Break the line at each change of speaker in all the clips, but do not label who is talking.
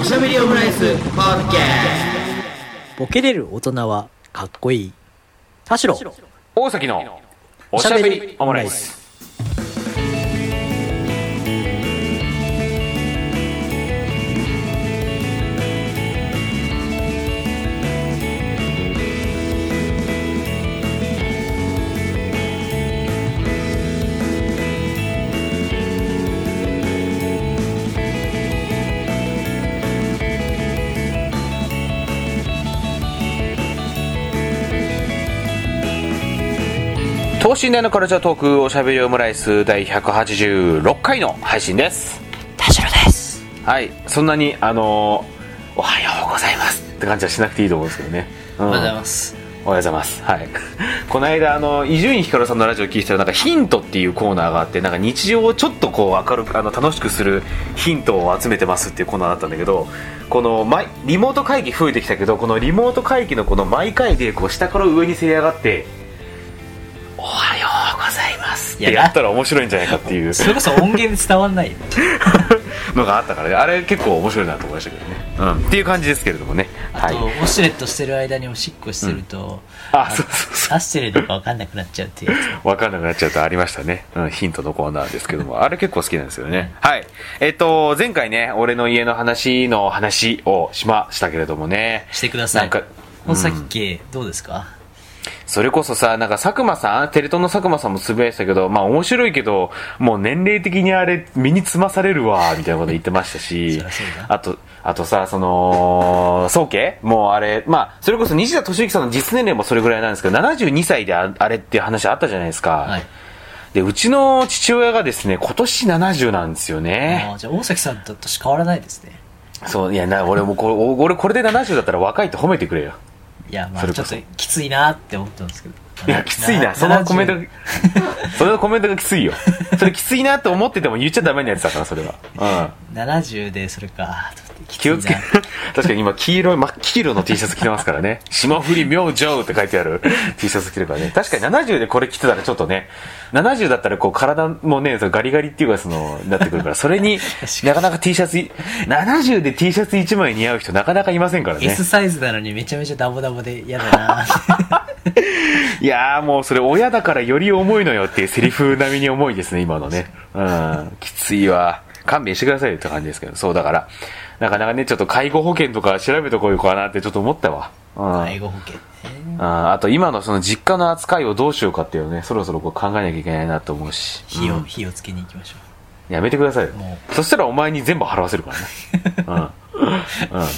おしゃべりオムライスポッケ
ボケれる大人はかっこいい。田代。
大崎のおしゃべりオムライス。等身大のカルチャートークおしゃべりオムライス第186回の配信です。
田代です。
はい、そんなにあのーおはようございますって感じはしなくていいと思うんですけどね。う
お
ん
はようございます
おはようございます。はい。 この間、あの、伊集院光さんのラジオ聞いてたら、なんかヒントっていうコーナーがあって、なんか日常をちょっとこう明るく、あの、楽しくするヒントを集めてますっていうコーナーだったんだけど、この、毎リモート会議増えてきたけど、このリモート会議のこの毎回で、こう、下から上にせり上がって、おはようございますってやったら面白いんじゃないかっていう
それこそ音源伝わんないよ。
のがあったからね、あれ結構面白いなと思いましたけどね。うん。っていう感じですけれどもね。
あ
はい
と、。ウォシュレットしてる間におしっこしてると、
あ、そうそうそう。
出してるのかわかんなくなっちゃうっていうやつ。
わかんなくなっちゃうとありましたね。うん、ヒントのコーナーですけども。あれ結構好きなんですよね。はい。えっ、と、前回ね、俺の家の話の話をしましたけれどもね。
してくださ
ないんか。
大崎家、どうですか
それこそさ、なんか佐久間さん、テレ東の佐久間さんもつぶやいてたけど、まあ面白いけど、もう年齢的にあれ、身につまされるわ、みたいなこと言ってましたし
そりゃそう、だ
あと、あとさ、その、宗家もうあれ、まあ、それこそ西田敏行さんの実年齢もそれぐらいなんですけど、72歳でああれっていう話あったじゃないですか。
はい。
で、うちの父親がですね、今年70なんですよね
あ。ーじゃあ、大崎さんと年変わらないですね。
そう、いや、な、俺もこれ、お俺これで70だったら若いって褒めてくれよ。
いや、ま
そ
あ
れ
ちょ
こ
っ
そ
ときついなって思ったんですけど。
いや、きついな。
70
そのコメント、そのコメントがきついよ。それきついなと思ってても言っちゃダメなやつだから、それは。うん。
70でそれか。と思ってきつい
気
な
をつけ、 確かに今黄色い、真っ黄色の T シャツ着てますか らね。霜降り明星って書いてある T シャツ着てるからね。確かに70でこれ着てたらちょっとね、70だったらこう体もね、そのガリガリっていうかその、なってくるから、それに
かに
なかなか T シャツい、70で T シャツ1枚似合う人なかなかいませんから ね
S。サイズなのにめちゃめちゃダボダボで嫌 だな
いやーもうそれ親だからより重いのよっていうセリフ並みに重いですね、今のね。うん、きついわ。勘弁してくださいよって感じですけど、そうだから。なかなかね、ちょっと介護保険とか調べとこうかなってちょっと思ったわ。 うん。
介護保険ね
ああと今のその実家の扱いをどうしようかっていうのね、そろそろこう考えなきゃいけないなと思うし。
火
う
を
ん
火をつけに行きましょ
やめてくださいよ
も。
そしたらお前に全部払わせるからね。うん。うん。
う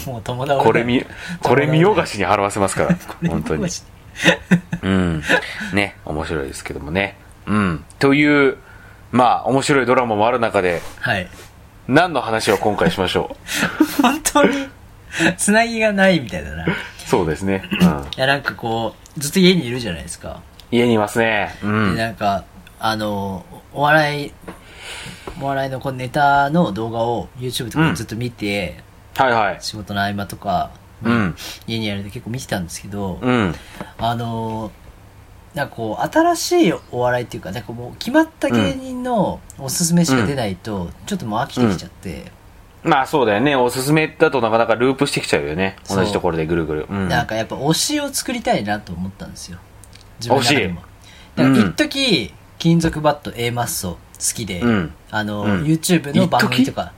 もう友達
これ見、これ見よがしに払わせますか ら。本当に。うん。ね、面白いですけどもね。うん。という、まあ、面白いドラマもある中で、
はい
何の話を今回しまし ょ
本当につなぎがないみたいだない
うん。そうですね。うん。
やなんかこうずっと家にいるじゃないですか、
家にいますね。う
で
ん。
なんかあのお笑いお笑いのこのネタの動画を YouTube とかでずっと見て、
はいはい。
仕事の合間とか、
うん。
家にやると結構見てたんですけど、
うん。
あのーなんかこう新しいお笑いっていうかなんかもう決まった芸人のおすすめしか出ないと、ちょっともう飽きてきちゃって、
まあそうだよね。おすすめだとなかなかループしてきちゃうよね。
そう
同じところでぐるぐる。うん。
なんかやっぱ推しを作りたいなと思ったんですよ自分の中でも
推し
だから
うん
一時、金属バット A マッソ好きで、
うん。
あの、
うん
YouTube の番組
一時
とか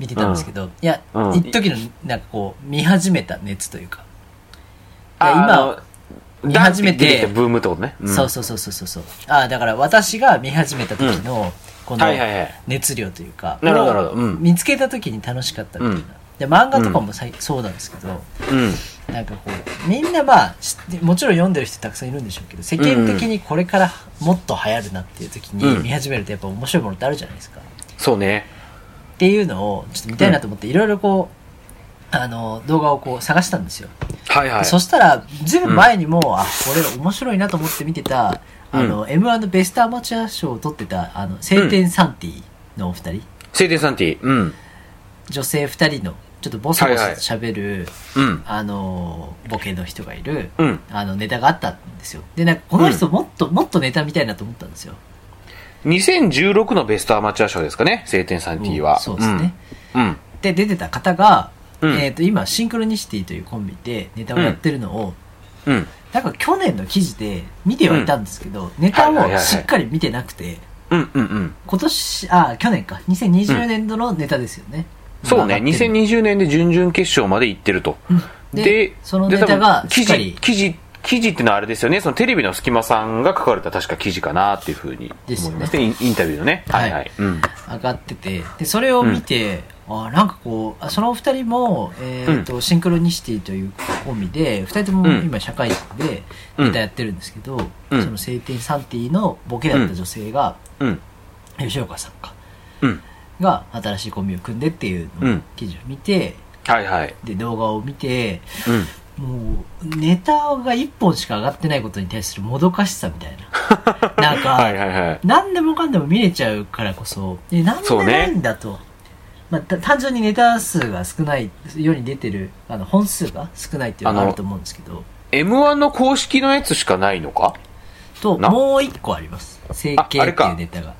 見てたんですけど、いや、
うん
一時のなんかこう見始めた熱というかいや
あ
今、
あの
見始めて
ダンピって出きたブームってことね。ん
そうそうそうそうそうそうああだから私が見始めた時の、この、
はいはいはい。
熱量というか
なるほどなるほど
もう
うん
見つけた時に楽しかったみたいな、
うん
で漫画とかもさいそうなんですけど、
うん。
なんかこうみんなまあ知ってもちろん読んでる人たくさんいるんでしょうけど世間的にこれからもっと流行るなっていう時に
うん
見始めるとやっぱ面白いものってあるじゃないですか、っ
そうね。
ていうのをちょっと見たいなと思っていろいろこうあの動画をこう探したんですよ、
はいはい。
そしたらずいぶん前にも、あこれ面白いなと思って見てたあの、m 1のベストアマチュア賞を取ってたあの青天サンティのお二人、
セイデンサンティ。うん。
女性二人のちょっとボソボソと喋る、
うん。
あのーボケの人がいる、
うん。
あのネタがあったんですよでなんかこの人もっと、もっとネタみたいなと思ったんですよ
2016のベストアマチュア賞ですかね、青天サンティは。
そうですね、
うん。うん。
で出てた方が
うん
えー、と今シンクロニシティというコンビでネタをやってるのを、
うん
なんか去年の記事で見てはいたんですけど、ネタ
はいはいはい
を
はい
しっかり見てなくて、
うんうんうん
今年、あ、去年か、2020年度のネタですよね。
そうね
今上がってる
2020年で準々決勝まで行ってると、
でそのネタ
多
がし
分記
っか
事
り
記事記事ってのはあれですよねそのテレビの隙間さんが書かれた確か記事かなっていうふうに
です
思
よね
いますねインインタビューのねは
はいい
はい、うん
上がってて、で、それを見て、あなんかこう、あそのお二人も、えーと、シンクロニシティというコンビで、二人とも
うん
今社会人で
うん
ネタやってるんですけど、
うん
その晴天サンティのボケだった女性が、
うん
吉岡さんか、
うん
が新しいコンビを組んでっていうのを記事を見て、
はいはい
で、動画を見て、
うん
もうネタが1本しか上がってないことに対するもどかしさみたい ななんか、
はいはいはい
何でもかんでも見れちゃうからこそえなんで
そうね
ないんだと、まあ、た単純にネタ数が少ない世に出てるあの本数が少ないっていうの
あ
があ
の
ると思うんですけど
m 1の公式のやつしかないのか
と
な
もう1個あります整
ああ
形
れ
って
か
いうネタが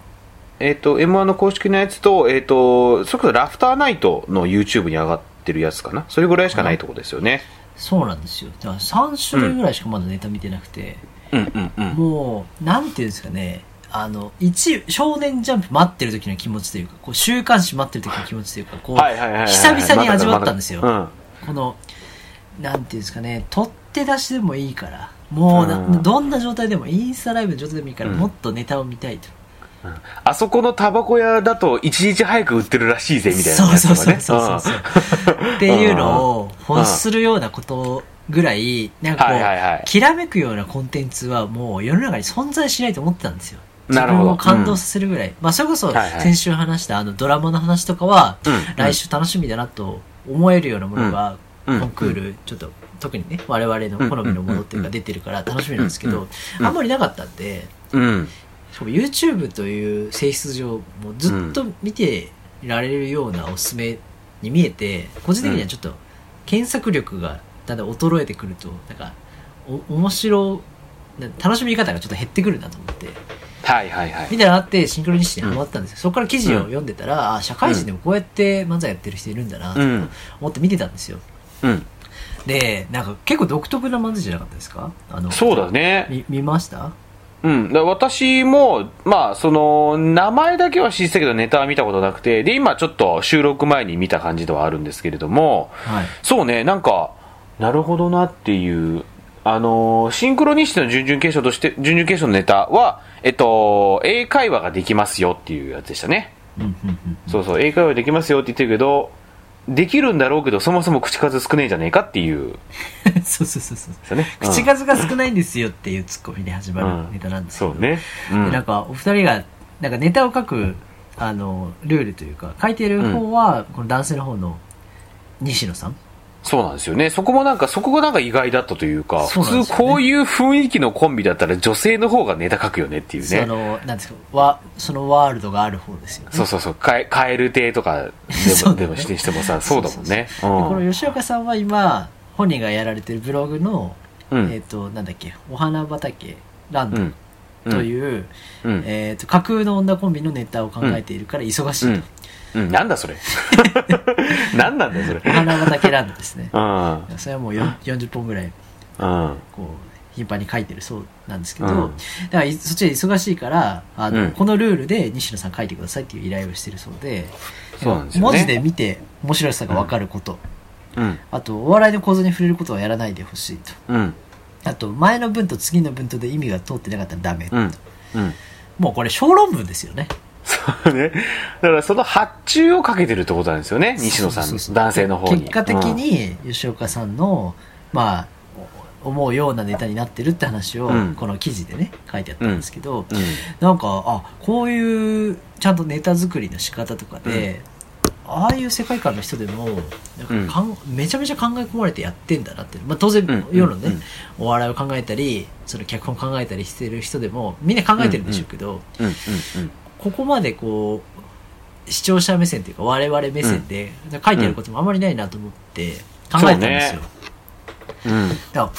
えっ、と m 1の公式のやつとえっ、とそれこそラフターナイトの YouTube に上がってるやつかなそれぐらいしかないとこですよね
そうなんですよだから3種類ぐらいしかまだネタ見てなくて、
うんうんうん
もうなんていうんですかねあの一少年ジャンプ待ってる時の気持ちというかこう週刊誌待ってる時の気持ちというかこう、
はいはいはいはい
久々に味わったんですよ、
まだまだうん
このなんていうんですかね取って出しでもいいからもうな、
うん
どんな状態でもインスタライブの状態でもいいから、
うん
もっとネタを見たいと
あそこのタバコ屋だと一日早く売ってるらしいぜみたいな
そう
や
そ
つ
う
とか
そ
ね
うそうそうそううんっていうのを欲するようなことぐらいなんかこう、
はいはいはい
きらめくようなコンテンツはもう世の中に存在しないと思ってたんですよ自
なるほど
分を感動させるぐらい、まあそれこそ
はいはい
先週話したあのドラマの話とかは
うん
来週楽しみだなと思えるようなものが
う
コ
ん
ンクールちょっと特にね我々の好みのものっていう
う
か
ん
出てるから楽しみなんですけ
うん
ど
うん
あんまりなかったんで
うん
しかも YouTube という性質上もうずっと見てられるようなおすすめに見えて個人的にはちょっと検索力がだんだん衰えてくるとなんかお面白な楽しみ方がちょっと減ってくるなと思って
はいはいは
み
い
たいなのあってシンクロニシティにハマったんですよ、そこから記事を読んでたら、あ社会人でもこうやって漫才やってる人いるんだなと
うん
思って見てたんですよ
うん
でなんか結構独特な漫才じゃなかったですかあの
そうだね
み見ました
うんだから私もまあその名前だけは知ってたけどネタは見たことなくてで今ちょっと収録前に見た感じではあるんですけれども
はい
そうねなんかなるほどなっていうあのーシンクロニシティの準々決勝として準々決勝のネタはえっと英会話ができますよっていうやつでしたね
うんうんうん
そうそう、英会話できますよって言ってるけど、できるんだろうけど、そもそも口数少ねえじゃねえかっていう、
そうそうそうそう
ですよね。
口
が
数が少ないんですよっていうツッコミで始まるネタなんですけど、
そうね。う
でなん
ん。
かお二人がなんかネタを書くあのルールというか書いてる方は、この男性の方の西野さん
そうなんですよね。そこもなんか、そこがなんか意外だったというか、
そうなん
普
で
通
すよね
こういう雰囲気のコンビだったら女性の方がネタ書くよねっていう
そ
ね。
のなんですかわそのワールドがある方ですよね
そうそうそう、かえカエル亭とかで
そ
も、
うだ
で
ね
もしてしてもさ、そうだもんね。
で
う
こ
ん
の吉岡さんは今本人がやられてるブログの、
うん
えっ、となんだっけお花畑ラン
う
ド
ん。うん
という、
うん
えっと架空の女コンビのネタを考えているから忙しいと、
うん。うん。なんだそれ。 なんなんだよそれ。
お花畑ランドですね
うん。
それはもうよん40本ぐらい
うん。
こう頻繁に書いてるそうなんですけど、
うん
だからいそっちで忙しいからあの、
うん
このルールで西野さん書いてくださいっていう依頼をしてるそうで
そうなんですよね
文字で見て面白さが分かること、
うん。
あとお笑いの構造に触れることはやらないでほしいと
うん。
あと前の文と次の文とで意味が通ってなかったらダメ、
うん。うん。
もうこれ小論文ですよね
そうね。だからその発注をかけてるってことなんですよね、西野さん、
そうそうそう
男性の方に。
結果的に吉岡さんの、まあお思うようなネタになってるって話を、
うん
この記事でね書いてあったんですけど、
うん、うん
なんかあこういうちゃんとネタ作りの仕方とかで、ああいう世界観の人でもなんかかん、めちゃめちゃ考え込まれてやってんだなって、まあ、当然、
うん
世のね、
うん
お笑いを考えたりその脚本考えたりしてる人でもみんな考えてるんでしょうけど、
うん、うん、
ここまでこう視聴者目線というか我々目線で、書いてあることもあまりないなと思って考えたんですよ。
そうねうん、
だから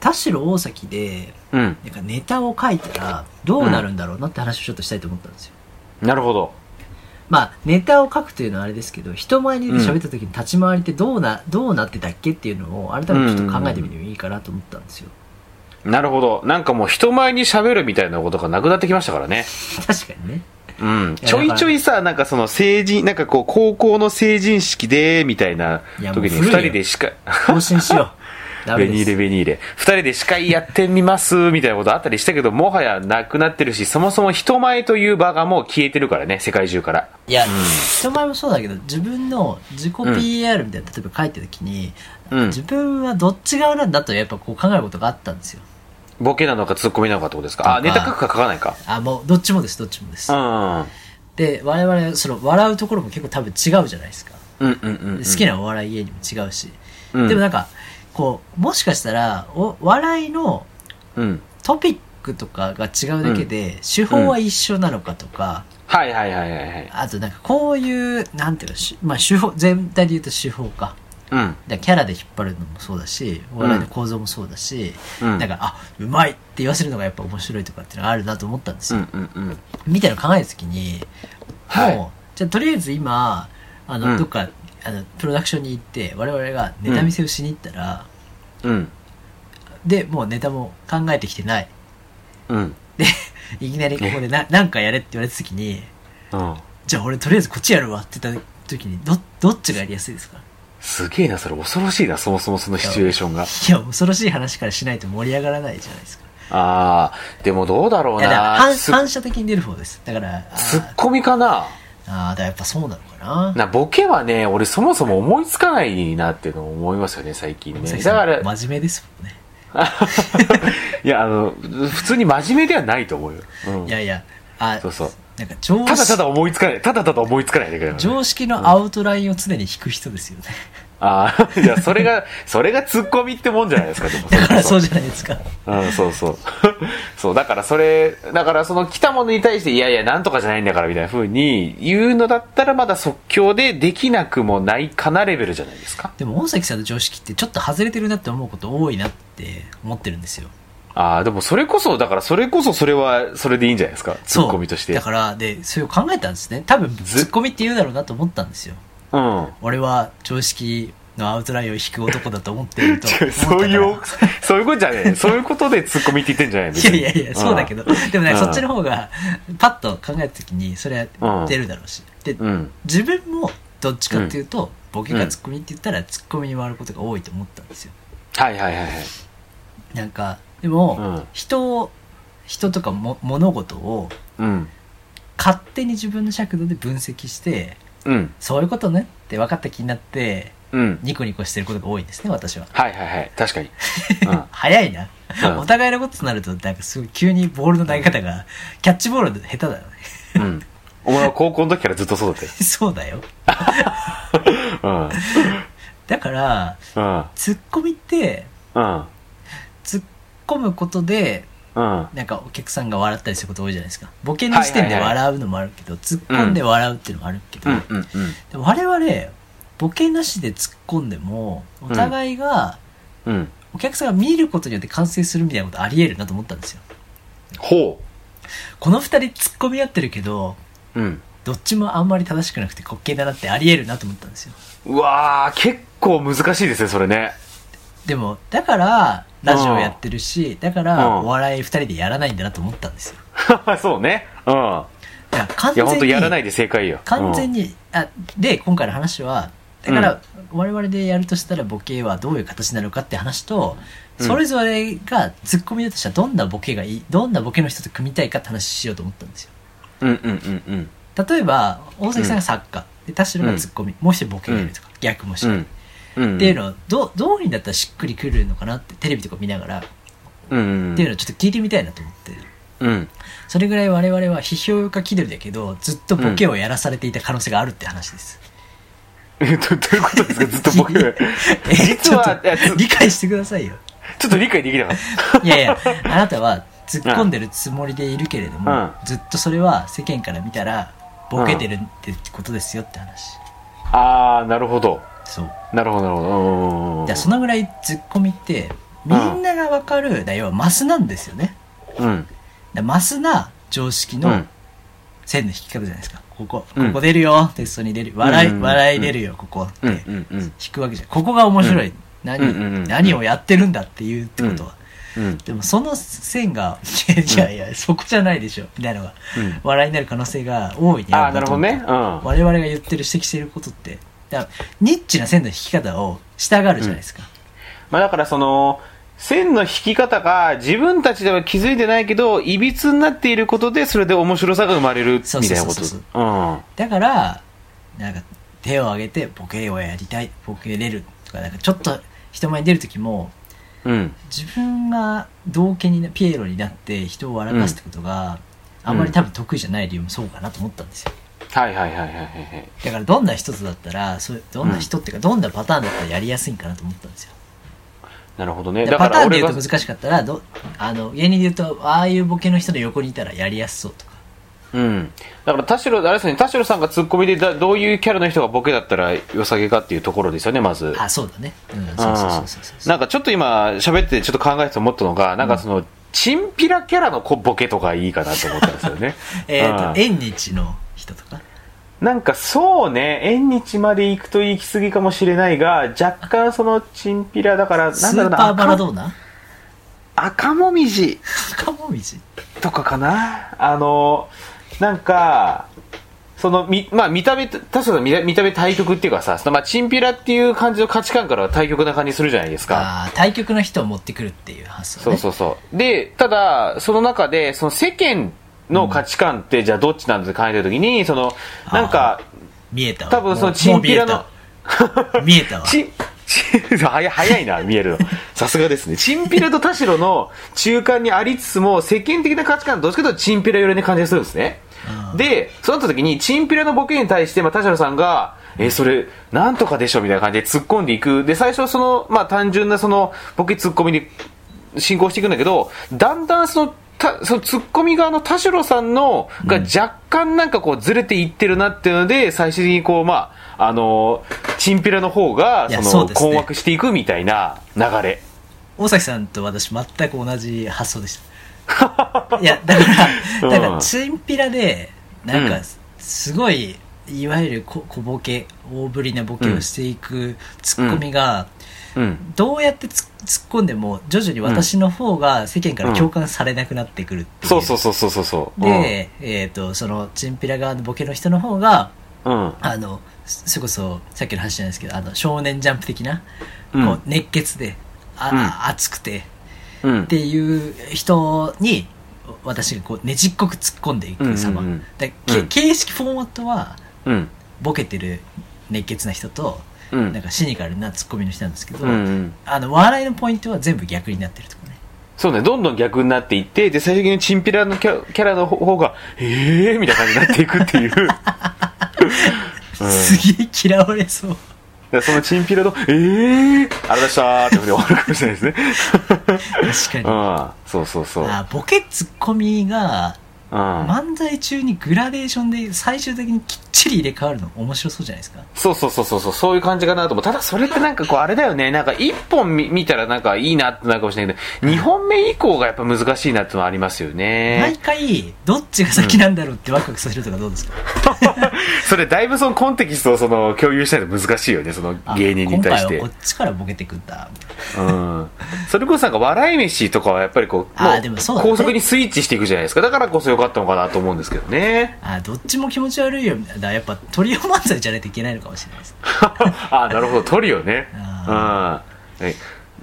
田代大崎で
うん、
なんかネタを書いたらどうなるんだろうなって話をちょっとしたいと思ったんですよ。
うんなるほど。
まあネタを書くというのはあれですけど人前に出て喋った時に立ち回りってどうな,、どうなってたっけっていうのを改めてちょっと考えてみてもいいかなと思ったんです よ、
なるほど。なんかもう人前に喋るみたいなことがなくなってきましたからね。
確かにね
うん。ちょいちょいさ、なんかその成人、なんかこう、高校の成人式で、みたいない
やもう
時に
古
二
いよ
人でしか、
更新しよう ダメ
ベ
で
ニーレ
す
ベニーレ。二人で司会やってみます、みたいなことあったりしたけど、もはやなくなってるし、そもそも人前という場がもう消えてるからね、世界中から。
いや、人前もそうだけど自分の自己 PR みたいな、例えば書いた時に、
うん。
自分はどっち側なんだとやっぱこう考えることがあったんですよ
ボケなのかツッコミなのかってことですか。あ、
と
ネ
か
タ書くか書かないか。
あもうどっちもですどっちもです、で我々その笑うところも結構多分違うじゃないですか
うん。うんうんうん、うん。
好きなお笑い芸人も違うし、
うん
でもなんかこうもしかしたらお笑いの
うん。
トピックとかが違うだけで、手法は一緒なのかとか、
はいはいはいはいはい。
あとなんかこういうなんていうの、しまあ、手法全体で言うと手法か
うん。
だからキャラで引っ張るのもそうだしお笑いの構造もそうだし、
うん
なんかあうまいって言わせるのがやっぱ面白いとかっていうのがあるなと思ったんです
う
よ、
んうんうん。
みたいなの考えた時にもう、
はい
じゃあとりあえず今あの、
うん
どっかあのプロダクションに行って我々がネタ見せをしに行ったら、
うん。
でもうネタも考えてきてない
うん。
いきなりここでななんかやれって言われた時に
うん。
じゃあ俺とりあえずこっちやるわって言った時にどどっちがやりやすいですか
すげえな、それ恐ろしいな、そもそもそのシチュエーションが。
いや恐ろしい話からしないと盛り上がらないじゃないですか
ああ、でもどうだろう
いやだから
な。
反
す
反射的に出る方ですだからあ
ツ
ー
ッコミかな。
あーだからやっぱそうなのかな
な、ボケはね、俺そもそも思いつかないなっていうのを思いますよね、最近ね。
佐々木
だ
さん
から、
真面目ですもんね、
いや、あの、普通に真面目ではないと思うよ。うん
いやいやあ
そうそう
なんか常
ただた
識
だ思いつかない、ただただ思いつかないだけだからね
常識のアウトラインを常に引く人ですよね、
ああ、いや、それが、それがツッコミってもんじゃないですか、でも。
だからそううじゃないですか
うん、そうそう。 そう、だからそれ、だからその来たものに対して、いやいや、なんとかじゃないんだから、みたいな風に言うのだったら、まだ即興でできなくもないかなレベルじゃないですか。
でも大崎さんの常識ってちょっと外れてるなって思うこと多いなって思ってるんですよ
ああ、でもそれこそ、だからそれこそそれは、それでいいんじゃないですか。ツ
そう
ッコミとして。
だからでそれを考えたんですね多分
ず
ツッコミって言うだろうなと思ったんですよ
うん。
俺は常識のアウトラインを引く男だと思っていると思
違う
ったから
そういう、そういうことじゃねえ。そういうことでツッコミって言ってんじゃない
いやいやいやそうだけ。どでもね
うん
そっちの方がパッと考えた時にそれは出るだろうしで
別にうん。
自分もどっちかっていうとボケがツッコミって言ったらツッコミに回ることが多いと思ったんですよ
はいはいはいはい。
なんかでも、
うん
人を人とかも物事を
うん。
勝手に自分の尺度で分析して
うん。
そういうことねって分かった気になって
うん。
ニコニコしてることが多いんですね私は
はいはいはい。確かに。うん
早いな、
うん
お互いのことになるとなんかすごい急にボールの投げ方がキャッチボールの下手だよね
うん。お前は高校の時からずっとそうだっ
そうだよ
たよ。
だから
うん。うん。
ツッコミって
うん。
ツッコむことで
うん。
なんかお客さんが笑ったりすること多いじゃないですかボケの時点で
はいはいはい
笑うのもあるけど、ツッコんで笑うっていうのもあるけど、
うん。うん。
で我々ボケなしで突っ込んでもお互いが、
うん。
お客さんが見ることによって完成するみたいなことありえるなと思ったんですよ
ほ
この二人突っ込み合ってるけど
う。うん。
どっちもあんまり正しくなくて滑稽だなってありえるなと思ったんですよ
うわー、結構難しいですね、それね。
でもだからラジオやってるしだか
うん
らお笑い二人でやらないんだなと思ったんですよ
そうね。うん。
だから完
いや、ほん
全
と
に
やらないで正解よ。
完全
に。
に、あで今回の話はだから我々でやるとしたらボケはどういう形なのかって話と、
うん
それぞれがツッコミだとしたらどんなボケがいいどんなボケの人と組みたいかって話しようと思ったんですよ
うんうんうん
例えば大崎さんが作家、で田代がツッコミ、もう一人ボケがいるとか、逆もしか
う
り、
ん。うん。
っていうのをどうどうにだったらしっくりくるのかなってテレビとか見ながら、
うん。
っていうのをちょっと聞いてみたいなと思って
うん。 そ
それぐらい我々は批評家気取りだけどずっとボケをやらされていた可能性があるって話です、
えどどういうことですかずっと僕
え
実
ちょ
は
っ
いやち
と
ょ
理解してくださいよ
ちょっと理解できなかっ
いやいやあなたは突っ込んでるつもりでいるけれども、
うん
ずっとそれは世間から見たらボケてるってことですよって話、
たああなるほど
そう
なるほどなるほどうんうんうん
だからそのぐらいツッコミってみんながわかる、だから要はマスなんですよね
うん
だからマスな常識
う
の
ん
線の引き方じゃないですか、ここ、
うん
ここ出るよ、テストに出る。笑い、
うん
笑い出るよ、ここって、
うんうんうん
引くわけじゃん。ここが面白い。
うん
何、
うんうんうん
何をやってるんだっていうってことは。
うん
でもその線が、 いやいや、そこじゃないでしょ、みたいなのが、
うん
笑いになる可能性が大いに
ああ
あ
な
るな
る
と
ほど
思った
ねうん
我々が言ってる、指摘していることって、だからニッチな線の引き方をしたがるじゃないですか。
まあ、だからその線の引き方が自分たちでは気づいてないけどいびつになっていることでそれで面白さが生まれるみた
そ
いう
そう
な
そ
こ
う
と
そう
うん
だから、なんか手を挙げてボケをやりたい、ボケれるとか、なんかちょっと人前に出るときも、
うん
自分が道家になピエロになって人を笑かすってことが、
うん
あんまり多分得意じゃない理由もそうかなと思ったんですよ。
はいはいはいはいはいはい
だからどんな人とだったら、そうどんな人っていうか、どんなパターンだったらやりやすいんかなと思ったんですよ。
なるほどね
で
だ
パ
か
タ
ら
ーンで
俺
言
が
うと難しかったらどあの芸人で言うとああいうボケの人の横にいたらやりやすそうとか
うんだから田代あれですね田代さんがツッコミでだどういうキャラの人がボケだったら良さげかっていうところですよねまず
あそうだねうんそううんそうそうそうそう
なんかちょっと今喋っててちょっと考えてて思ったのがなんかその、チンピラキャラの子ボケとかいいかなと思ったんですよね
えっ、
う
ー、
ん
と縁日の人とか
なんかそうね、縁日まで行くと行き過ぎかもしれないが、若干そのチンピラだから、な
ス
んだろ
ー
うな、
パーバラ
赤
ドーナ
赤もみじ
赤もみじ
とかかな。あの、なんか、そのみ、まあ見た目、確かに見た見た目対極っていうかさ、そのまあチンピラっていう感じの価値観からは対極な感じするじゃないですか。
あー対局の人を持ってくるっていう発想
そう
ね
そうそう。で、ただ、その中で、その世間の価値観って、じゃあどっちなんだって考えたときに、その、なんか、
見えたわ
多分その
もう
チンピラの
もう見えたわ見え
チン、チン、 早い早いな、見えるの。さすがですね。チンピラと田代の中間にありつつも、世間的な価値観、どっちかというとチンピラ寄りな感じがするんですね。
うん
で、そうなった時に、チンピラのボケに対して、まあ、田代さんが、えーそれ、なんとかでしょみたいな感じで突っ込んでいく。で、最初はその、まあ、単純なその、ボケ突っ込みに進行していくんだけど、だんだんその、たその突っ込み側の田代さんのが若干なんかこうずれていってるなっていうので、最終的にこう、まあ、あのーチンピラの方が
いや
そ
そ
の
うですね
困惑していくみたいな流れ。
た大崎さんと私全く同じ発想でした いやだからだか
うん
らチンピラでなん
う
か
ん
すごいいわゆる小小ボケ大ぶりなボケをしていくツッコミが、
うん。
どうやってつ突っ込んでも徐々に私の方が世間から共感されなくなってくるっていう、
そうそうそうそうそうそう。
で、えっ、とそのチンピラ側のボケの人の方が
うん、うん。
あのそそれこそさっきの話じゃないですけどあの少年ジャンプ的な、
うん
こう熱血であ、
うん
あ熱くて
うん
っ。ていう人に私がこうねじっこく突っ込んでいく様、
うんうんうん
でけ
うん
形式フォーマットは
うん。
ボケてる熱血な人と、
うん
なんかシニカルなツッコミの人なんですけど、
うんうん。
あの笑いのポイントは全部逆になってるとかね
そうね、どんどん逆になっていって、で、最終的にチンピラのキャキャラの方が、ええー、みたいな感じになっていくっていう。だかうん
すげえ嫌われそう
らそのチンピラの、ええー、あれでしたーってふうに終わるかもしれないですね。
確か
う
に
ん。そうそうそう。
あボケツッコミが
うん。
漫才中にグラデーションで最終的にきっちり入れ替わるの面白そうじゃないですか
そうそうそうそうそう、そういう感じかなと思う。ただそれってなんかこう、あれだよね。なんか一本見見たらなんかいいなってなるかもしれないけど、二本目以降がやっぱ難しいなってのはありますよ
毎
ね。
回どっちが先なんだろうってワクワクさせるとかどうですか
それだいぶそのコンテキストをその共有しないと難しいよね、その
あ
芸人に対して。
今回はこっちからボケてくんだみたいな
うんそれこそなんか笑い飯とかはやっぱりこう
あー
もう
でもそうだね
高速にスイッチしていくじゃないですかだからこそ良かったのかなと思うんですけどね
あどっちも気持ち悪いよみたいなやっぱトリオ漫才じゃないといけないのかもしれないです
あーなるほどトリオねうん
あ
はい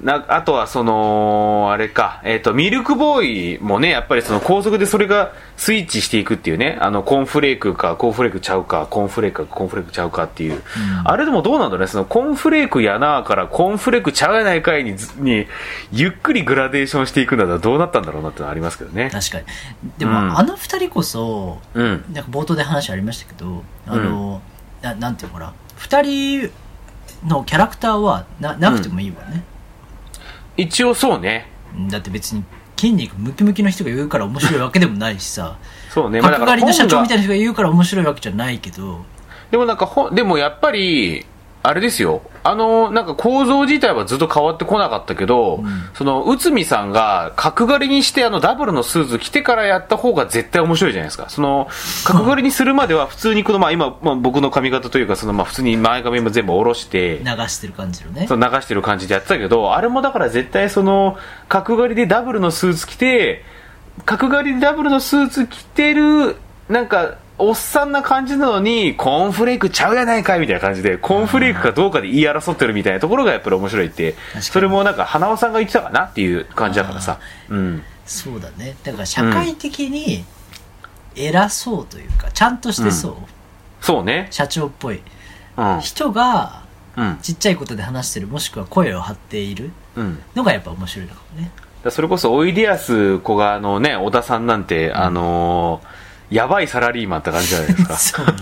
なあとはそのあれか、えっとミルクボーイもねやっぱりその高速でそれがスイッチしていくっていうねあのコーンフレークかコーンフレークちゃうかコーンフレークかコーンフレークちゃうかっていう、あれでもどうなんだろうねそのコーンフレークやなーからコーンフレークちゃうやないかいにずにゆっくりグラデーションしていくならどうなったんだろうなってのはありますけどね
確かにでも、
うん
あの二人こそ
うん
なんか冒頭で話ありましたけど、あの、ななんていうのかな、二人のキャラクターはななくてもいいわね。
一応そうね
だって別に筋肉ムキムキの人が言うから面白いわけでもないしさ、
そうね、
角刈りの社長みたい
い
な人が言うから面白いわけじゃないけど、
でもなんか本でもやっぱりあれですよあのなんか構造自体はずっと変わってこなかったけど、その内海さんが角刈りにしてあのダブルのスーツ着てからやった方が絶対面白いじゃないですかその角刈りにするまでは普通にこの、まあ、今、まあ、僕の髪型というかその、まあ、普通に前髪も全部下ろして
流してる感じのね
その流してる感じでやってたけどあれもだから絶対その角刈りでダブルのスーツ着て角刈りでダブルのスーツ着てるなんかおっさんな感じなのにコーンフレークちゃうやないかいみたいな感じでコーンフレークかどうかで言い争ってるみたいなところがやっぱり面白いって
かに
それもなんか花尾さんが言ってたかなっていう感じだからさうん
そうだねだから社会的に偉そうというか、ちゃんとしてそう、
そうね
社長っぽい
うん
人が
うん
ちっちゃいことで話してるもしくは声を張っている
うん
のがやっぱ面白いのかも ね
だからそれこそおいでやす子があのね小田さんなんてあのーやばいサラリーマンって感じじゃないですか
そうね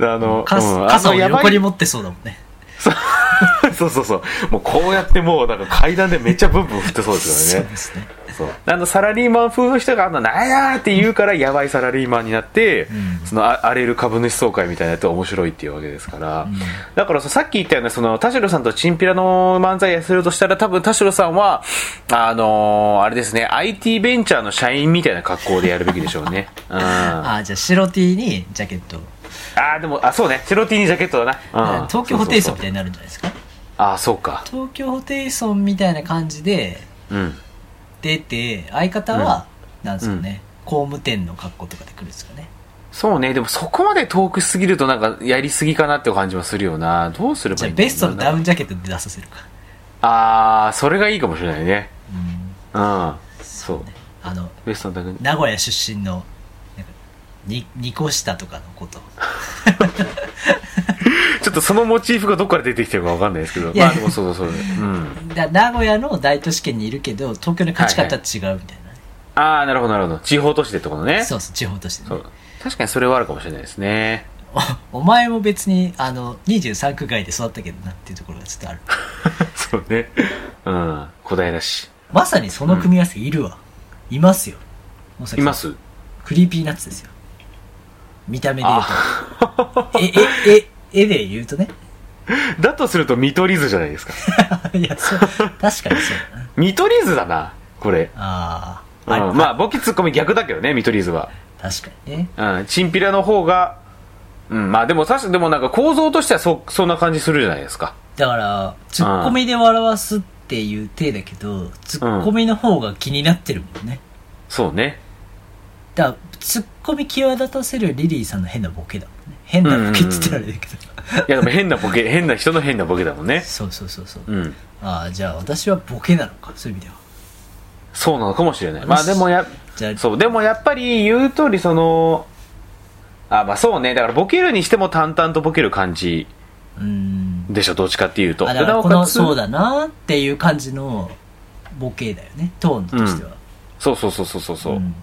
あの
か
うんあの
傘を
やばい
横に持ってそうだもんね
そうそうそう。もうこうやってもうなんか階段でめっちゃブンブン振ってそうです
そ
よ
う
ね
で。すね
そう。あのサラリーマン風の人があの、なんやーって言うからやばいサラリーマンになって、
うん
そのあ荒れる株主総会みたいなやつが面白いっていうわけですから。
ん
だからささっき言ったような、その田代さんとチンピラの漫才やするとしたら多分田代さんは、あのーあれですね、IT ベンチャーの社員みたいな格好でやるべきでしょうね。うん。あ
ああじゃあ白 T にジャケット、
ーでも、あ、そうね。セロティにジャケットだな。うん。
東京ホテイソンみた
い
いになるんじゃないですか
な。あー、そうか。
東京ホテイソンみたいな感じで
うん。
出て相方は、なんですかね、工務店の格好とかで来るんですかね
そうね、でもそこまで遠くすぎるとなんかやりすぎかなって感じもするよな。どうすれば
じ
い
ゃあ
いんだろうな
ベストのダウンジャケットで出させるか
あー、それがいいかもしれないね。
うん
うん。そう。
あの
ベストのダウン。
名古屋出身のなんかにニコシタとかのこと
ちょっとそのモチーフがどっから出てきてるかわかんないですけど。
いや
まあでもそうそうそう。うん。
だ名古屋の大都市圏にいるけど東京の勝ち方違うみたいなね、
あー、なるほどなるほど。地方都市でってことね。
そうそう地方として
そ
ね
う。確かにそれはあるかもしれないですね。
おお前も別にあの23区外で育ったけどなっていうところがちょっとある
そうね。うん。小平市。
まさにその組み合わせいるわ、いますよ大崎さん
います
クリーピーナッツですよ見た目で言う
あ
とえええ絵で言うとね
ー、だとすると見取り図じゃないですか。
いやそう確かにそうだな
見取り図だな、これ。
あ
う
ーあ、
ん、まあ、ボキツッコミ逆だけどね、見取り図は。
確かにね
うん、チンピラの方が、うん、まあでも確かでもなんか構造としてはそ、そんな感じするじゃないですか。
だからツッコミで笑わすっていう体だけどツッコミの方が気になってるもんね
そうね。
だからツッコミ際立たせるリリーさんの変なボケだもんね変なボケって言ったらあれだけど
いやでも変なボケ、 変な人の変なボケだもんね。
そうそうそうそう
うん。
ああじゃあ私はボケなのかそういう意味では
そうなのかもしれない。まあでもや、
じゃあ
そう、でもやっぱり言う通りその、あ、まあそうね。だからボケるにしても淡々とボケる感じ
うーん
でしょ、どっちかっていうと。
あだか
でな
ら
お
こ
か
の
つ
そうだなっていう感じのボケだよねトーンとしては、
そうそうそうそうそう。う
うん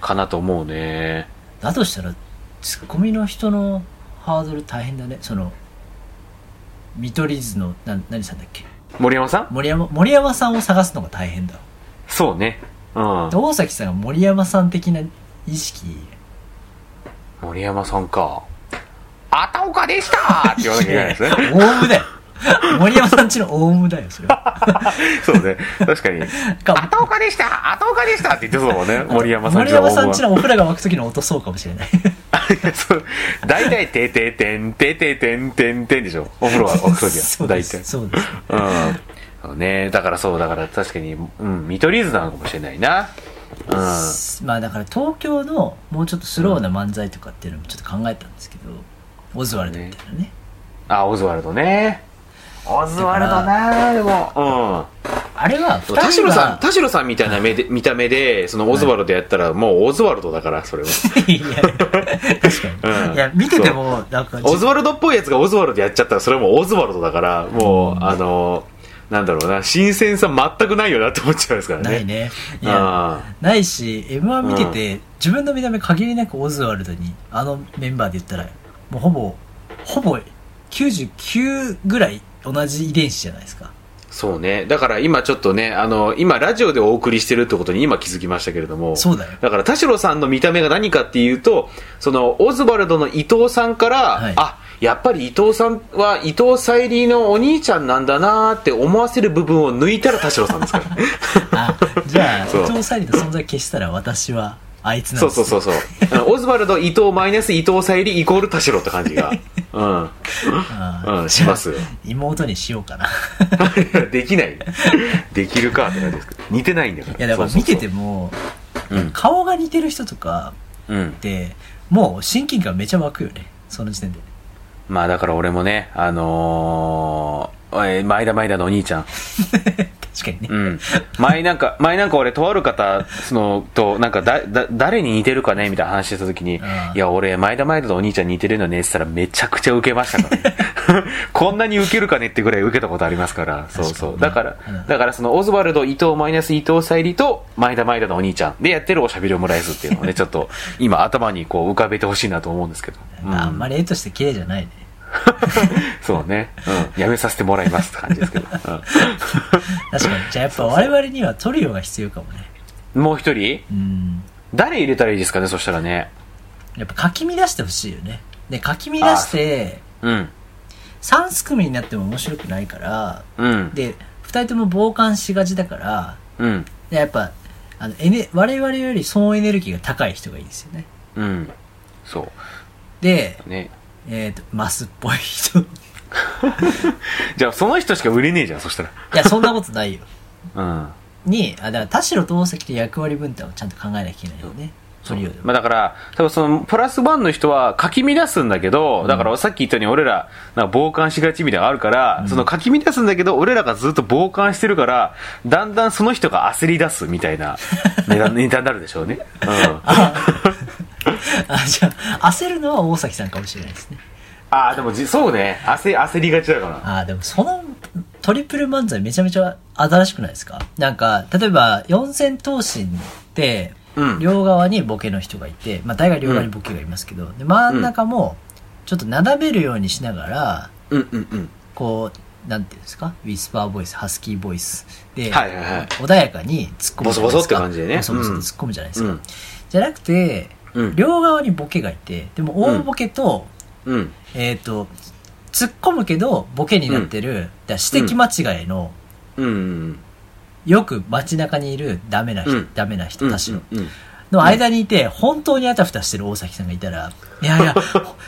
かなと思うね。
だとしたらツッコミの人のハードル大変だねその見取り図のな何さんだっけ
森山さん
森山森山さんを探すのが大変だわ
そうね。うん
で。大崎さんが森山さん的な意識
森山さんか。あたおかでしたーって言わなきゃいけないですね。
オウムだよ森山さんちのオウムだよそれは
そうね。確かに。あ
か
たおかでしたあたおかでしたって言ってそうだも んね。森山さん
森山さんちのお風呂が沸く時の音そうかもしれない
そう。大体、てててん、てててんてんてんでしょ。お風呂は、お風呂に
そ
は。
うで
大
す
体。
そうです
うん。そうね。だからそう、だから確かに、うん、見取り図なのかもしれないな。うん。は
まあだから東京のもうちょっとスローな漫才とかっていうのもちょっと考えたんですけど、オズワルドみたいなね
あ、オズワルドね。オズワルドなでも。
あれは
う
2
ん。田
人
代さん、
が
田代さんみたいな目で、見た目で、そのオズワルドやったら、もうオズワルドだから、それは。
いや確かに、
うん
いや見ててもなんか
オズワルドっぽいやつがオズワルドやっちゃったらそれはもうオズワルドだからもう、あのなんだろうな新鮮さ全くないよなって思っちゃうんですからね
ないねいや
あ
ないし m 1見てて、自分の見た目限りなくオズワルドにあのメンバーで言ったらもうほぼほぼ99ぐらい同じ遺伝子じゃないですか
そうねだから今ちょっとねあの今ラジオでお送りしてるってことに今気づきましたけれども
そうだ よ
だから田代さんの見た目が何かっていうとそのオズワルドの伊藤さんから、
はい
あやっぱり伊藤さんは伊藤沙莉のお兄ちゃんなんだなーって思わせる部分を抜いたら田代さんですから
あじゃあ伊
そう
藤沙莉の存在消したら私はあいつなん
そ
で
う
す
そうそうそうあのオズワルド伊藤マイナス伊藤沙莉イコール田代って感じがうん
あ
うんします
じゃあ妹にしようかな い
できないできるかって感じですけど似てないんだか
や
ら
だから
そう
見
そう
て
そう
ても
うん
顔が似てる人とか
うん
ってもう親近感めちゃ湧くよねその時点で
まあだから俺もねあのーえー前田前田のお兄ちゃん
確かにね、
うん、前なん か、前なんか俺、とある方そのと、なんかだだ、誰に似てるかねみたいな話してた時
ん
に、いや、俺、前田前田のお兄ちゃんに似てるのねって言ったら、めちゃくちゃウケました から、ね、こんなにウケるかねってぐらいウケたことありますから、そうそう。だ
確
か
からにうん、
だから、その、オズワルド、伊藤マイナス伊藤沙莉と、前田前田のお兄ちゃんでやってるおしゃべりオムライスっていうのをね、ちょっと、今、頭にこう、浮かべてほしいなと思うんですけど。うん
あんまり絵として綺麗じゃないね
そうね、うん。やめさせてもらいますって感じですけど。うん
確かにじゃあやっぱ我々にはトリオが必要かもね
もう一人
うん
誰入れたらいいですかね、そしたらね。
やっぱかき乱してほしいよねでかき乱して
うん。
3すくみになっても面白くないから
うん。
で2人とも傍観しがちだから
うん。
でやっぱあのエネ我々より総エネルギーが高い人がいいですよね
うん。そ
で
う。ね。
えっ、とマスっぽい人い
じゃあ、その人しか売れねえじゃん、そしたら。
やそんなこと ないよ
うん。
にあだから田代と大崎で役割分担をちゃんと考えなきゃいけないよねトリオでも
まあだから、多分その、プラスワンの人は、かき乱すんだけど、だからさっき言ったように、俺ら、なんか傍観しがちみたいなのがあるから、その、かき乱すんだけど、俺らがずっと傍観してるから、だんだんその人が焦り出すみたい な、値段、ネタになるでしょうね。うん。
あじゃあ焦るのは大崎さんかもしれないですね
ああ、でもじ、そうね。焦、焦りがちだから。
あーでもそのトリプル漫才めちゃめちゃ新しくないですかなんか例えば四千頭身って
うん
両側にボケの人がいて、まあ大概両側にボケがいますけど、で真ん中もちょっとなだめるようにしながら
うんうんうん。
こうなんていうんですかウィスパーボイスハスキーボイスで、
はいはいはい
穏やかに突っ込むじゃないですか
ボソボソって感じでね
ボソボソと突っ込むじゃないですか、
うん
じゃなくて、
うん
両側にボケがいてでも大ボケと、
うん。
えっ、と、突っ込むけど、ボケになってる、だから指摘間違いの、
うん。
よく街中にいるダメな人、
うん
ダメな人
うん。
たちの、
うん。
の間にいて、本当にあたふたしてる大崎さんがいたら、いやい や、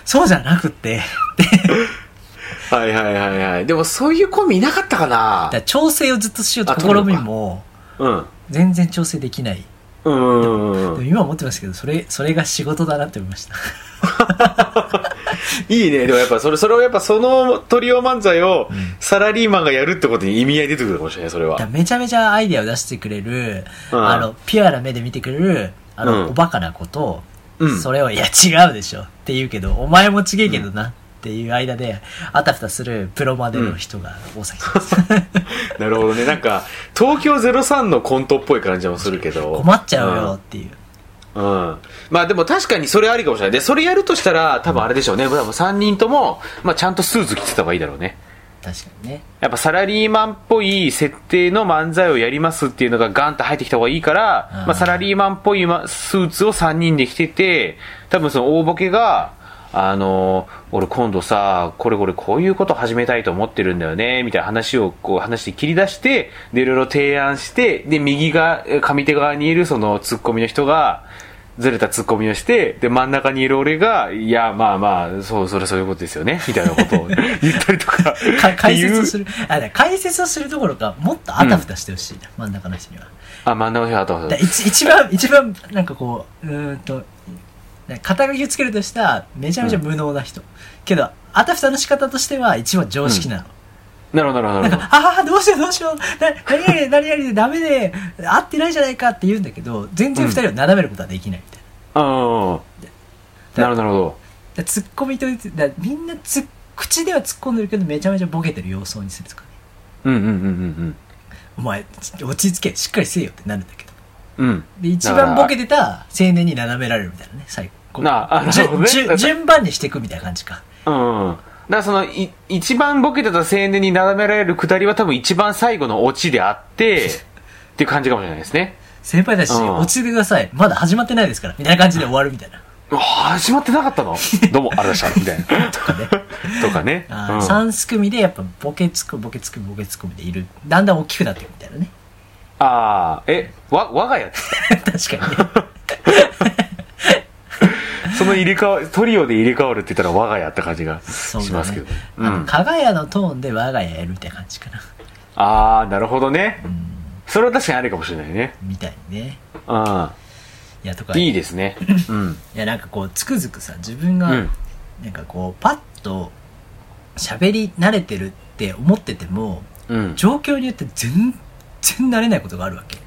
そうじゃなくって、
はいはいはいはい。でも、そういうコンビいなかったかな
だから調整をずっとしようと試みも、
うん。
全然調整できない。
うんうんうん
で
う
も
ん。
今思ってますけど、それ、それが仕事だなって思いました。
いいね。でもやっぱそれ、それをやっぱそのトリオ漫才をサラリーマンがやるってことに意味合い出てくるかもしれない、それ
だから
は。
めちゃめちゃアイデアを出してくれる、
うん
あの、ピュアな目で見てくれる、あの、
うん
おバカなことを、
うん
それを、いや違うでしょって言うけど、お前も違えけどなっていう間で、あたふたするプロまでの人が大崎さん です。
なるほどね。なんか、東京03のコントっぽい感じもするけど。
困っちゃうよっていう。
うん。うん。まあでも確かにそれありかもしれない。で、それやるとしたら、多分あれでしょうね。多分3人とも、まあちゃんとスーツ着てた方がいいだろうね。
確かにね。
やっぱサラリーマンっぽい設定の漫才をやりますっていうのがガンと入ってきた方がいいから、
うん
まあ、サラリーマンっぽいまスーツを3人で着てて、多分その大ボケが、あの、俺今度さ、これこれこういうこと始めたいと思ってるんだよね、みたいな話をこう話して切り出して、で、いろいろ提案して、で、右が、え上手側にいるそのツッコミの人が、ずれたツッコミをして、で、真ん中にいる俺が、いや、まあまあ、そう、それはそういうことですよね、みたいなことを言ったりとか。
か解説を
っていう
する。あ、だから解説をするどころか、もっとあたふたしてほしいな、真ん中の人には。
あ、真ん中の人は後
だ
々
一一番、一番、なんかこう、うーんと、なんか肩書きをつけるとしたら、めちゃめちゃ無能な人。けど、あたふたの仕方としては、一番常識なの。
なるほど、なるほど、 なるほ
ああ、どうしようどうしよう。な何々何々でダメで、合ってないじゃないかって言うんだけど、全然二人をなだめることはできないみたいな。
ど。うん。なるほど、なるほど。
だツッコミと言って、だみんなつ口では突っ込んでるけど、めちゃめちゃボケてる様相にするとかね。
うんうんうん
お前、落ち着け、しっかりせえよってなるんだけど。
うんうん。
で、一番ボケてた青年になだめられるみたいなね、最後。
なああなるほどね
じゅじゅ順番にしていくみたいな感じか。
だから、うんうん。だからその、い一番ボケてた青年に並べられるくだりは多分一番最後のオチであ って、っていう感じかもしれないですね。
先輩たち、
うん
落ち着いてください。まだ始まってないですから。みたいな感じで終わるみたいな。
うわ始まってなか ったのどうもありがとうございましたみたいな
とかね
とかね、
あー、
うん
3すくみでやっぱボケツッコミボケツッコミボケツッコミでいるだんだん大きくなっていくみたいなね
ああえわ我が家
確かにね
その入れ替わトリオで入れ替わるって言ったら我が家って感じが
そうだね
しますけどねう
あの
ん、
加賀屋のトーンで我が家やるみたいな感じかな
ああなるほどね
うん
それは確かにあるかもしれないね
みたいにね
う
いやとか
んいいですねうん
いやなんかこうつくづくさ自分
う
が、
ん
なんかこうパッと喋り慣れてるって思ってても
うん
状況によって全然慣れないことがあるわけ
い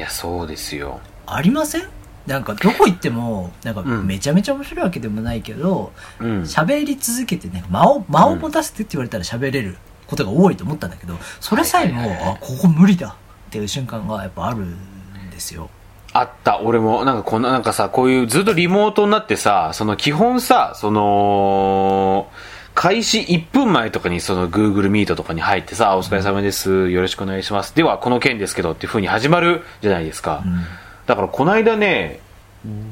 やそうですよ
ありませんなんかどこ行ってもなんか
うん
めちゃめちゃ面白いわけでもないけど
うん
喋、り続けてなんか間を間を持たせてって言われたら喋れることが多いと思ったんだけどそれさえも、
はいはいはい
あここ無理だっていう瞬間がやっぱあるんですよ
あった、俺も。なんかこの、なんかさ、こういうずっとリモートになってさ、その基本さ、その、開始1分前とかにその Google Meet とかに入ってさ、お疲れ様です。よろしくお願いします。では、この件ですけどっていう風に始まるじゃないですか。
うん
だからこの間ね、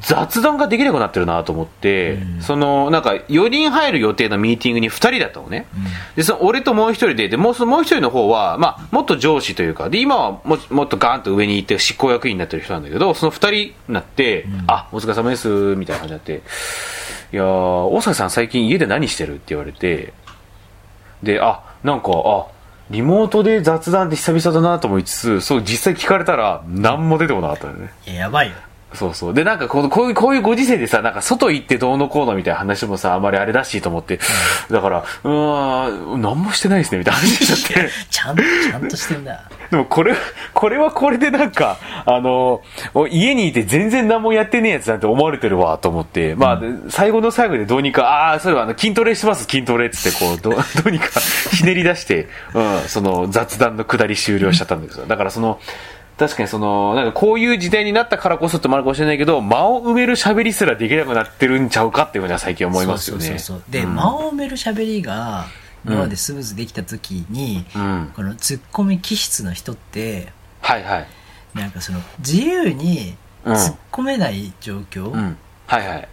雑談ができなくなってるなと思って、
うん
その、なんか4人入る予定のミーティングに2人だったのね。
うん
でその俺ともう一人ででもうそのもう一人の方は、まあ、もっと上司というかで今はももっとガーンと上に行って執行役員になってる人なんだけどその二人になって、あお疲れ様ですみたいな感じになっていやー大崎さん最近家で何してるって言われてであなんかあリモートで雑談って久々だなと思いつつそう実際聞かれたら何も出てこなかったのね
いややばいよ
そうそう。で、なんかこの、こういう、こういうご時世でさ、なんか外行ってどうのこうのみたいな話もさ、あんまりあれだしと思って、だから、うーん、何もしてないですね、みたいな話になっちゃって。
ちゃんとちゃんとしてんだ
でもこれ、これはこれでなんか、あの、お家にいて全然何もやってねえやつなんて思われてるわ、と思って、まあ、最後の最後でどうにか、ああー、そういえばあの、筋トレします、筋トレっつって、こ う、どうどうにかひねり出して、うん、その雑談の下り終了しちゃったんですよ。だからその、確かにその、なんかこういう時代になったからこそってもあるかもしれないけど、間を埋める喋りすらできなくなってるんちゃうかっていうのは最近思いますよね。
そうそうそうそうで、
うん
間を埋める喋りが今までスムーズできた時に、
うん
このツッコミ気質の人って
はいはい。
なんかその自由に
うん
突っ込めない状況、
うん。はいはい。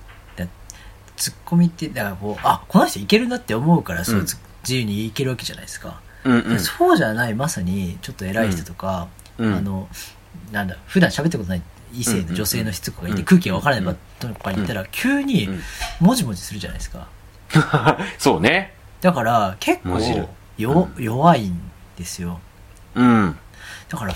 突っ込みってだからこうあこの人いけるなって思うからそう
うん
自由にいけるわけじゃないですか、
うんうん。
そうじゃないまさにちょっと偉い人とか、
うん
あのなんだ普段喋ったことない異性の女性の人とかがいて、
うん
空気が分からない場とか行ったら、急に
うん
もじもじするじゃないですか。
そうね。
だから結
もじる
構よ、弱いんですよ
うん。
だから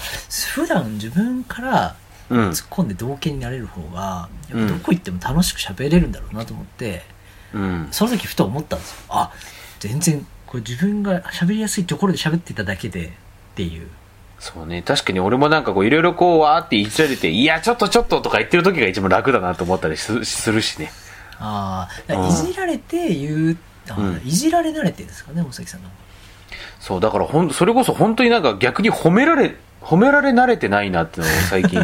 普段自分から
うん。
突っ込んで同型になれる方が、
うん
やっぱどこ行っても楽しく喋れるんだろうなと思って
うん。
その時ふと思ったんですよあ全然これ自分が喋りやすいところで喋ってただけでっていう
そうね。確かに俺もなんかこういろいろこうわーって言っちゃれて、いや、ちょっとちょっととか言ってる時が一番楽だなと思ったりすするしね。
ああいじられて言うあー
うん
いじられ慣れてるんですかね大崎さんの
そう、だからほん、それこそ本当になんか逆に褒められ、褒められ慣れてないなっていうのを最近、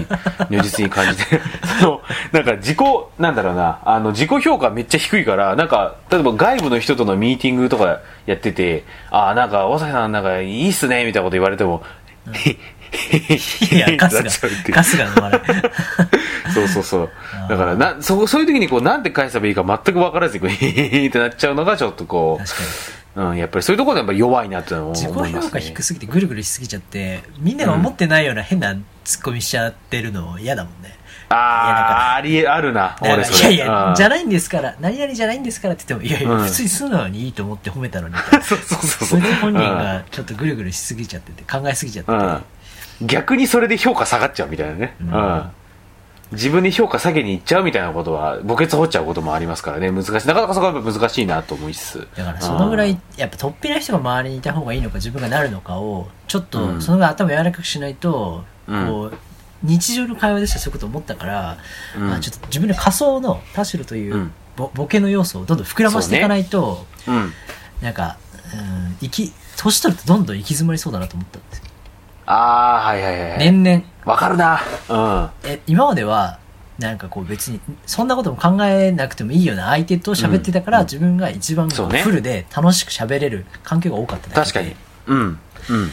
如実に感じて。 そう、なんか自己、なんだろうな、あの、自己評価めっちゃ低いから、なんか、例えば外部の人とのミーティングとかやってて、ああ、なんか、大崎さんなんかいいっすね、みたいなこと言われても、
いやガス
な
が
っちゃうっていう
ガスが生まれる
そうそうそう
あ。ー
だからな、そ、そういう時にこう、なんて返せばいいか全く分からずに、こう、 へへへってなっちゃうのがちょっとこ
確かに
う、うん、やっぱりそういうところでやっぱ弱いなっていうのを
自己
思いま
評
す
価
ね。
低すぎてぐるぐるしすぎちゃってみんなが思ってないような変なツッコミしちゃってるの嫌だもんね、いやなん
あ
か
ー、ありえ、ある
だ
な。
から
俺そ
いや
れ。
いや
うん
じゃないんですから何々じゃないんですからって言ってもいやいや、
うん
普通に素直にいいと思って褒めたのに
そうそうそう
そ
そう。
れで本人がちょっとぐるぐるしすぎちゃってて考えすぎちゃって
う
て、
ん。うん。逆にそれで評価下がっちゃうみたいなね。
う
うんん。自分で評価下げにいっちゃうみたいなことは、墓穴掘っちゃうこともありますからね、難しい。なかなかそこはやっぱ難しいなと思いつつ。
だからそのぐら
うん
いやっぱとっぴな人が周りにいた方がいいのか自分がなるのかをちょっ
う
と
ん
そのぐらい頭柔らかくしないと、
うん
こう日常の会話でしたらそういうこと思ったから、
うん
あちょっと自分の仮想の田代といううんボ,、ボケの要素をどんどん膨らませていかないと、
うん。
なんかうん生き年取るとどんどん行き詰まりそうだなと思ったんですよ
あー、はいはいはいはい。
年々
わかるな。うん。
え今まではなんかこう別にそんなことも考えなくてもいいような相手と喋ってたから、自分が一番こ
そう
う
ね
フルで楽しく喋れる環境が多かっただけで
確かに。うん。うん。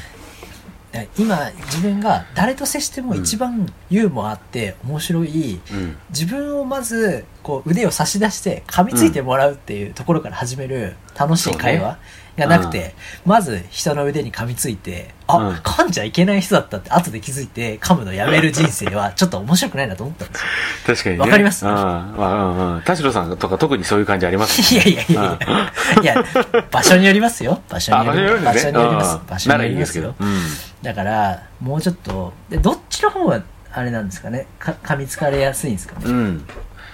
だから今自分が誰と接しても一番ユーモアあって面白い、
うん。
自分をまずここう腕を差し出して噛みついてもらうっていうところから始める楽しい会話がなくて、まず人の腕に噛みついて、
うん
あ、噛んじゃいけない人だったって後で気づいて噛むのやめる人生はちょっと面白くないなと思ったんです
確かにね。
わかります
うん。まあ、うんうん。田代さんとか特にそういう感じあります
よ。いやいやいやいや、いや、場所によりますよ。場所
あ、
に
場
より
所によるんで
ますす。
ね。
場所によります。
うん
場所
な
に
ら
よ
い
り
いんで
ますす
けど
よ。。
うん。
だから、もうちょっと、でどっちの方があれなんですかね。か噛みつかれやすいんですかね。
うん。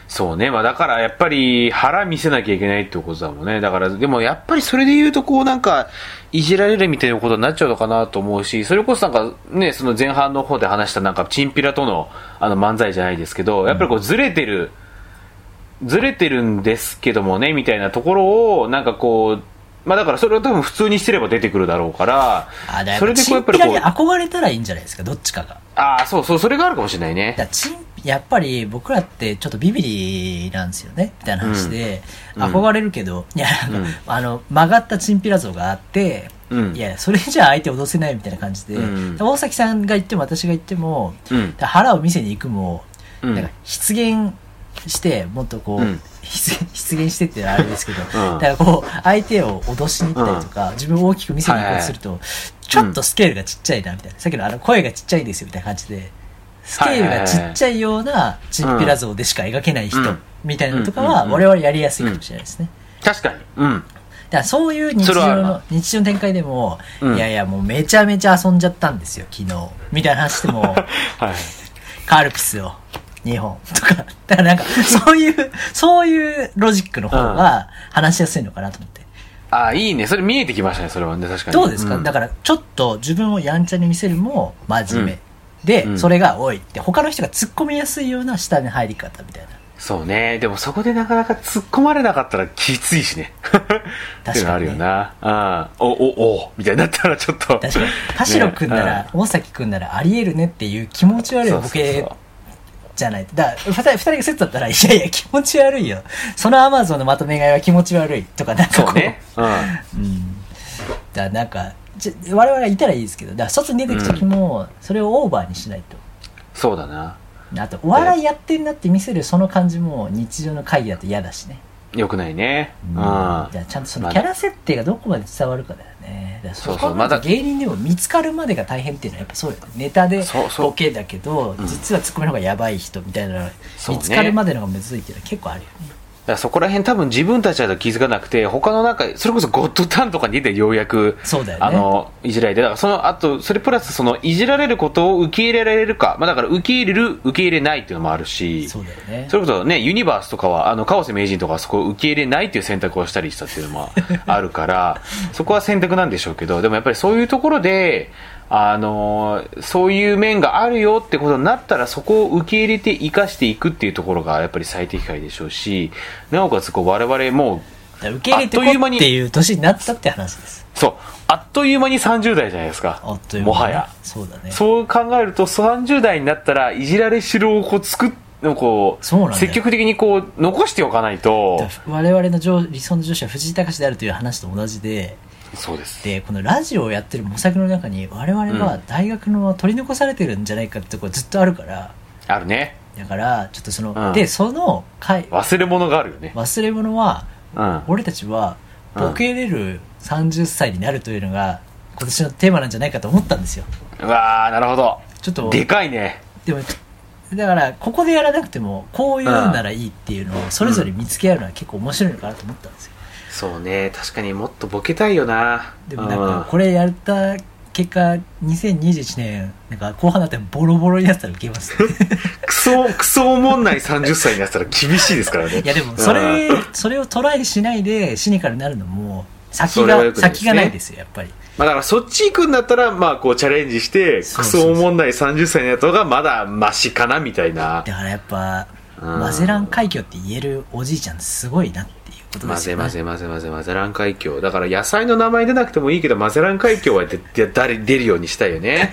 そうね。まあだからやっぱり腹見せなきゃいけないってことだもんね。だから、でもやっぱりそれで言うとこうなんか、いじられるみたいなことになっちゃうのかなと思うし、それこそなんかね、その前半の方で話したなんかチンピラとのあの漫才じゃないですけど、やっぱりこうずれてる、ずれてるんですけどもね、みたいなところを、なんかこう、まあだからそれは多分普通にしてれば出てくるだろうから
あ、だ、
そ
から
れでこう
チ
やっ
ン
ぱ
ピ
りこ
ラ
う
に、憧れたらいいんじゃないですか、どっちかが。
ああ、そうそう、それがあるかもしれないね。
だからチンやっぱり僕らってちょっとビビリなんですよねみたいな話で、
うん
憧れるけど、いやなんか、あの曲がったチンピラ像があって、
うん
いやそれじゃ相手脅せないみたいな感じで、
うん
大崎さんが言っても私が言っても
うん。
腹を見せに行くも、
うん
なんか出現してもっとこう、
うん
出現出現してっていうのはあれですけど、
ん
だからこう相手を脅しに行ったりとか、自分を大きく見せに行こうとすると、ちょっとスケールがちっちゃいなみたいな、さっきのあの声がちっちゃいんですよみたいな感じでスケールがちっちゃいようなチンピラ像でしか描けない人
うん
みたいなのとか
う
は
ん
我々やりやすいかもしれないですね。
確かに。 うん。
だからそういう日
それはあ
常
る
の
な、
日常の展開でも、
うん
いやいやもうめちゃめちゃ遊んじゃったんですよ、昨日。みたいな話しても、
はい。
カルピスを2本 とか。だからなんか、そういう、そういうロジックの方が話しやすいのかなと思って。
ああ、いいね。それ見えてきましたね、それはね、確かに。
どうですか、だ
ら。
からちょっと自分をやんちゃに見せるも真面目。
うん
で、
うん
それが多いって、他の人が突っ込みやすいような下の入り方みたいな。
そうね。でもそこでなかなか突っ込まれなかったらきついし ね。っていうのあるよな。ああ、お、お、お、みたいになったらちょっと。
確かに田代君なら、大崎君ならありえるねっていう気持ち悪いボケじゃないとだから二人二人がセットだったら「いやいや気持ち悪いよそのアマゾンのまとめ買いは気持ち悪い」とかなんか
そ
こ
う
う
ね。うん。
うん、だからなんかちょ我々がいたらいいですけどだから外に出てく時もそれをオーバーにしないと。
そうだな。
あとお笑いやってんなって見せるその感じも日常の会議だと嫌だしね、
よくないね。うん。
じゃあちゃんとそのキャラ設定がどこまで伝わるかだよねだからそ
そう
こ
そうま
は
だ
芸人でも見つかるまでが大変っていうのはやっぱそうよねネタで
そうそう
ボケだけど
うん
実はツッコミの方がやばい人みたいなの
そう
見
ね
つかるまでのがむずいっていうのは結構あるよね
だからそこら辺多分自分たちだと気づかなくて、他のなんか、それこそゴッドタンとかに出てようやく、
そうだよね
あの、いじられて、だからその後、それプラスその、いじられることを受け入れられるか、まあだから受け入れる、受け入れないっていうのもあるし、
そうだよね
それこそね、ユニバースとかは、あの、カオセ名人とかはそこを受け入れないっていう選択をしたりしたっていうの もあるから、そこは選択なんでしょうけど、でもやっぱりそういうところで、あのーそういう面があるよってことになったら、そこを受け入れて生かしていくっていうところがやっぱり最適解でしょうし、なおかつこう我々も
だから受け入れてこ
あっという間
う
に
っていう年になったって話です
う、そう、あっという間に30代じゃないですか。
あっという間
も
にね
はや。
そうだね
そう考えると30代になったらいじられしろをこう作っこう
そうなんだよ
積極的にこう残しておかないと
だから我々の上理想の上司は藤井隆であるという話と同じで
そうです
でこのラジオをやってる模索の中に我々は大学の取り残されてるんじゃないかってところずっとあるから
あるね
だからちょっとその、
うん
でその回
忘れ物があるよね
忘れ物は
うん
俺たちは
うん
ボケれる30歳になるというのが今年のテーマなんじゃないかと思ったんですよ
うわーなるほど
ちょっと
でかいね
でもだからここでやらなくてもこういうのならいいっていうのをそれぞれ見つけ合うのは結構面白いのかなと思ったんですよ
そうね確かにもっとボケたいよな
でもなんかこれやった結果2021年なんか後半だったらボロボロになってたらウケますね
クソクソおもんない30歳になったら厳しいですからね
いやでもそれ
うん
それをトライしないでシニカルになるのも先
それは
が
良くないですね
先がないですよやっぱり
まあだからそっち行くんだったらまあこうチャレンジしてク
そうそうそ
ソ
う
おもんない30歳になった方がまだマシかなみたいな
だからやっぱ
うん
マゼラン海峡って言えるおじいちゃんってすごいなっていうこと
混
です
ぜ
よね
混ぜ混ぜ混ぜ混ぜラン海峡だから野菜の名前出なくてもいいけど混ぜラン海峡はでで誰出るようにしたいよね、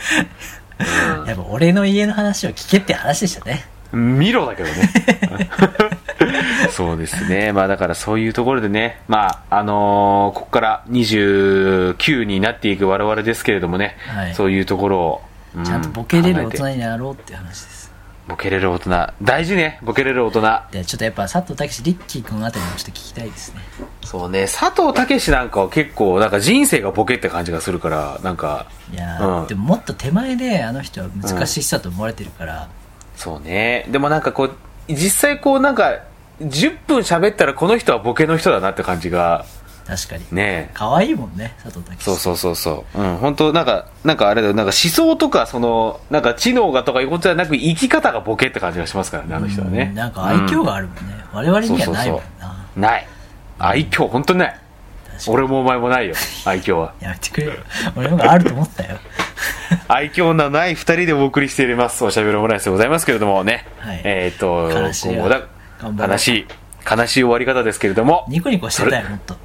やっぱ俺の家の話を聞けって話でしたね
うん、見ろだけ どねそうですねまあだからそういうところでねまああのーここから29になっていく我々ですけれどもね、
はい
そういうところを、う
ちゃんとボケれる大
考えて
人になろうっていう話です
ボケれる大人大事ねボケれる大人
でちょっとやっぱ佐藤健リッキー君あたりもちょっと聞きたいですね
そうね佐藤健なんかは結構なんか人生がボケって感じがするからなんか
いやー、
うん
でももっと手前であの人は難しい人だと思われてるから、
そうねでもなんかこう実際こうなんか10分喋ったらこの人はボケの人だなって感じが
確かに
ね
可愛いもんね佐藤健
そうそうそうそううん本当なんかなんかあれだよなんか思想とかそのなんか知能がとかいうことじゃなく生き方がボケって感じがしますからねあの人はね
うんなんか愛嬌があるもんね、我々にはないもんな
うんない愛嬌本当にない
確かに
俺もお前もな いよ愛嬌は
やめてくれよ俺の方があると思ったよ
愛嬌のない二人でお送りしていますおしゃべりオムライスでございますけれどもね、
はい
えっ、と
悲しいよ
今後だ
頑張ろう
悲しい悲しい終わり方ですけれども
ニコニコしてたよもっと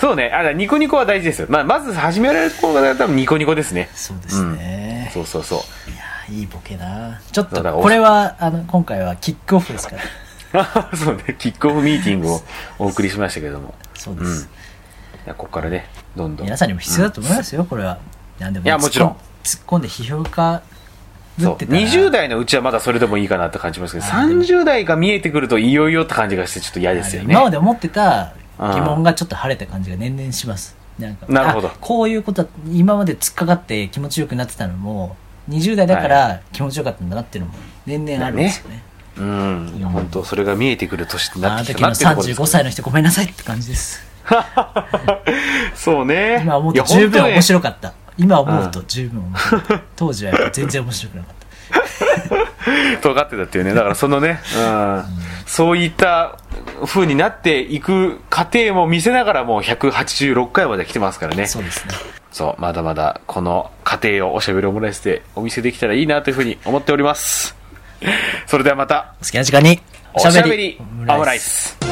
そうねあれニコニコは大事ですよ、まあ、まず始められる方が多分ニコニコですね
そうですね、
そうそうそう
いやーいいボケだちょっ
そ
と
うだから
これはあの今回はキックオフですから
あ そうねキックオフミーティングをお送りしましたけれども
そうです、
いやここからねどんどん
皆さんにも必要だと思いますよ、これは何でも
いやもちろん
突っ込んで批評家ぶ
そう
ってたら
20代のうちはまだそれでもいいかなって感じますけど
あーでも
30代が見えてくるといよいよって感じがしてちょっと嫌ですよね
今まで思ってた疑問がちょっと晴れた感じが年々しますなんか
なるほど
あこういうことは今まで突っかかって気持ちよくなってたのも20代だから気持ちよかったんだなっていうのも年々あるんですよね
うん
うん
本当それが見えてくる年にな
あ
っ
の
てき
時
た
の
なっていうところです
35歳の人ごめんなさいって感じです
そうね
今思うと
いや
十分面
本
白かった今思うと十分面白かった当時はやっぱ全然面白くなか った
当ね尖ってたっていうねだからそのね、うん、そういった風になっていく過程も見せながらもう186回まで来てますからね
そうですね
そうまだまだこの過程をおしゃべりオムライスでお見せできたらいいなというふうに思っておりますそれではまた
お好きな時間に
おしゃべりオムライス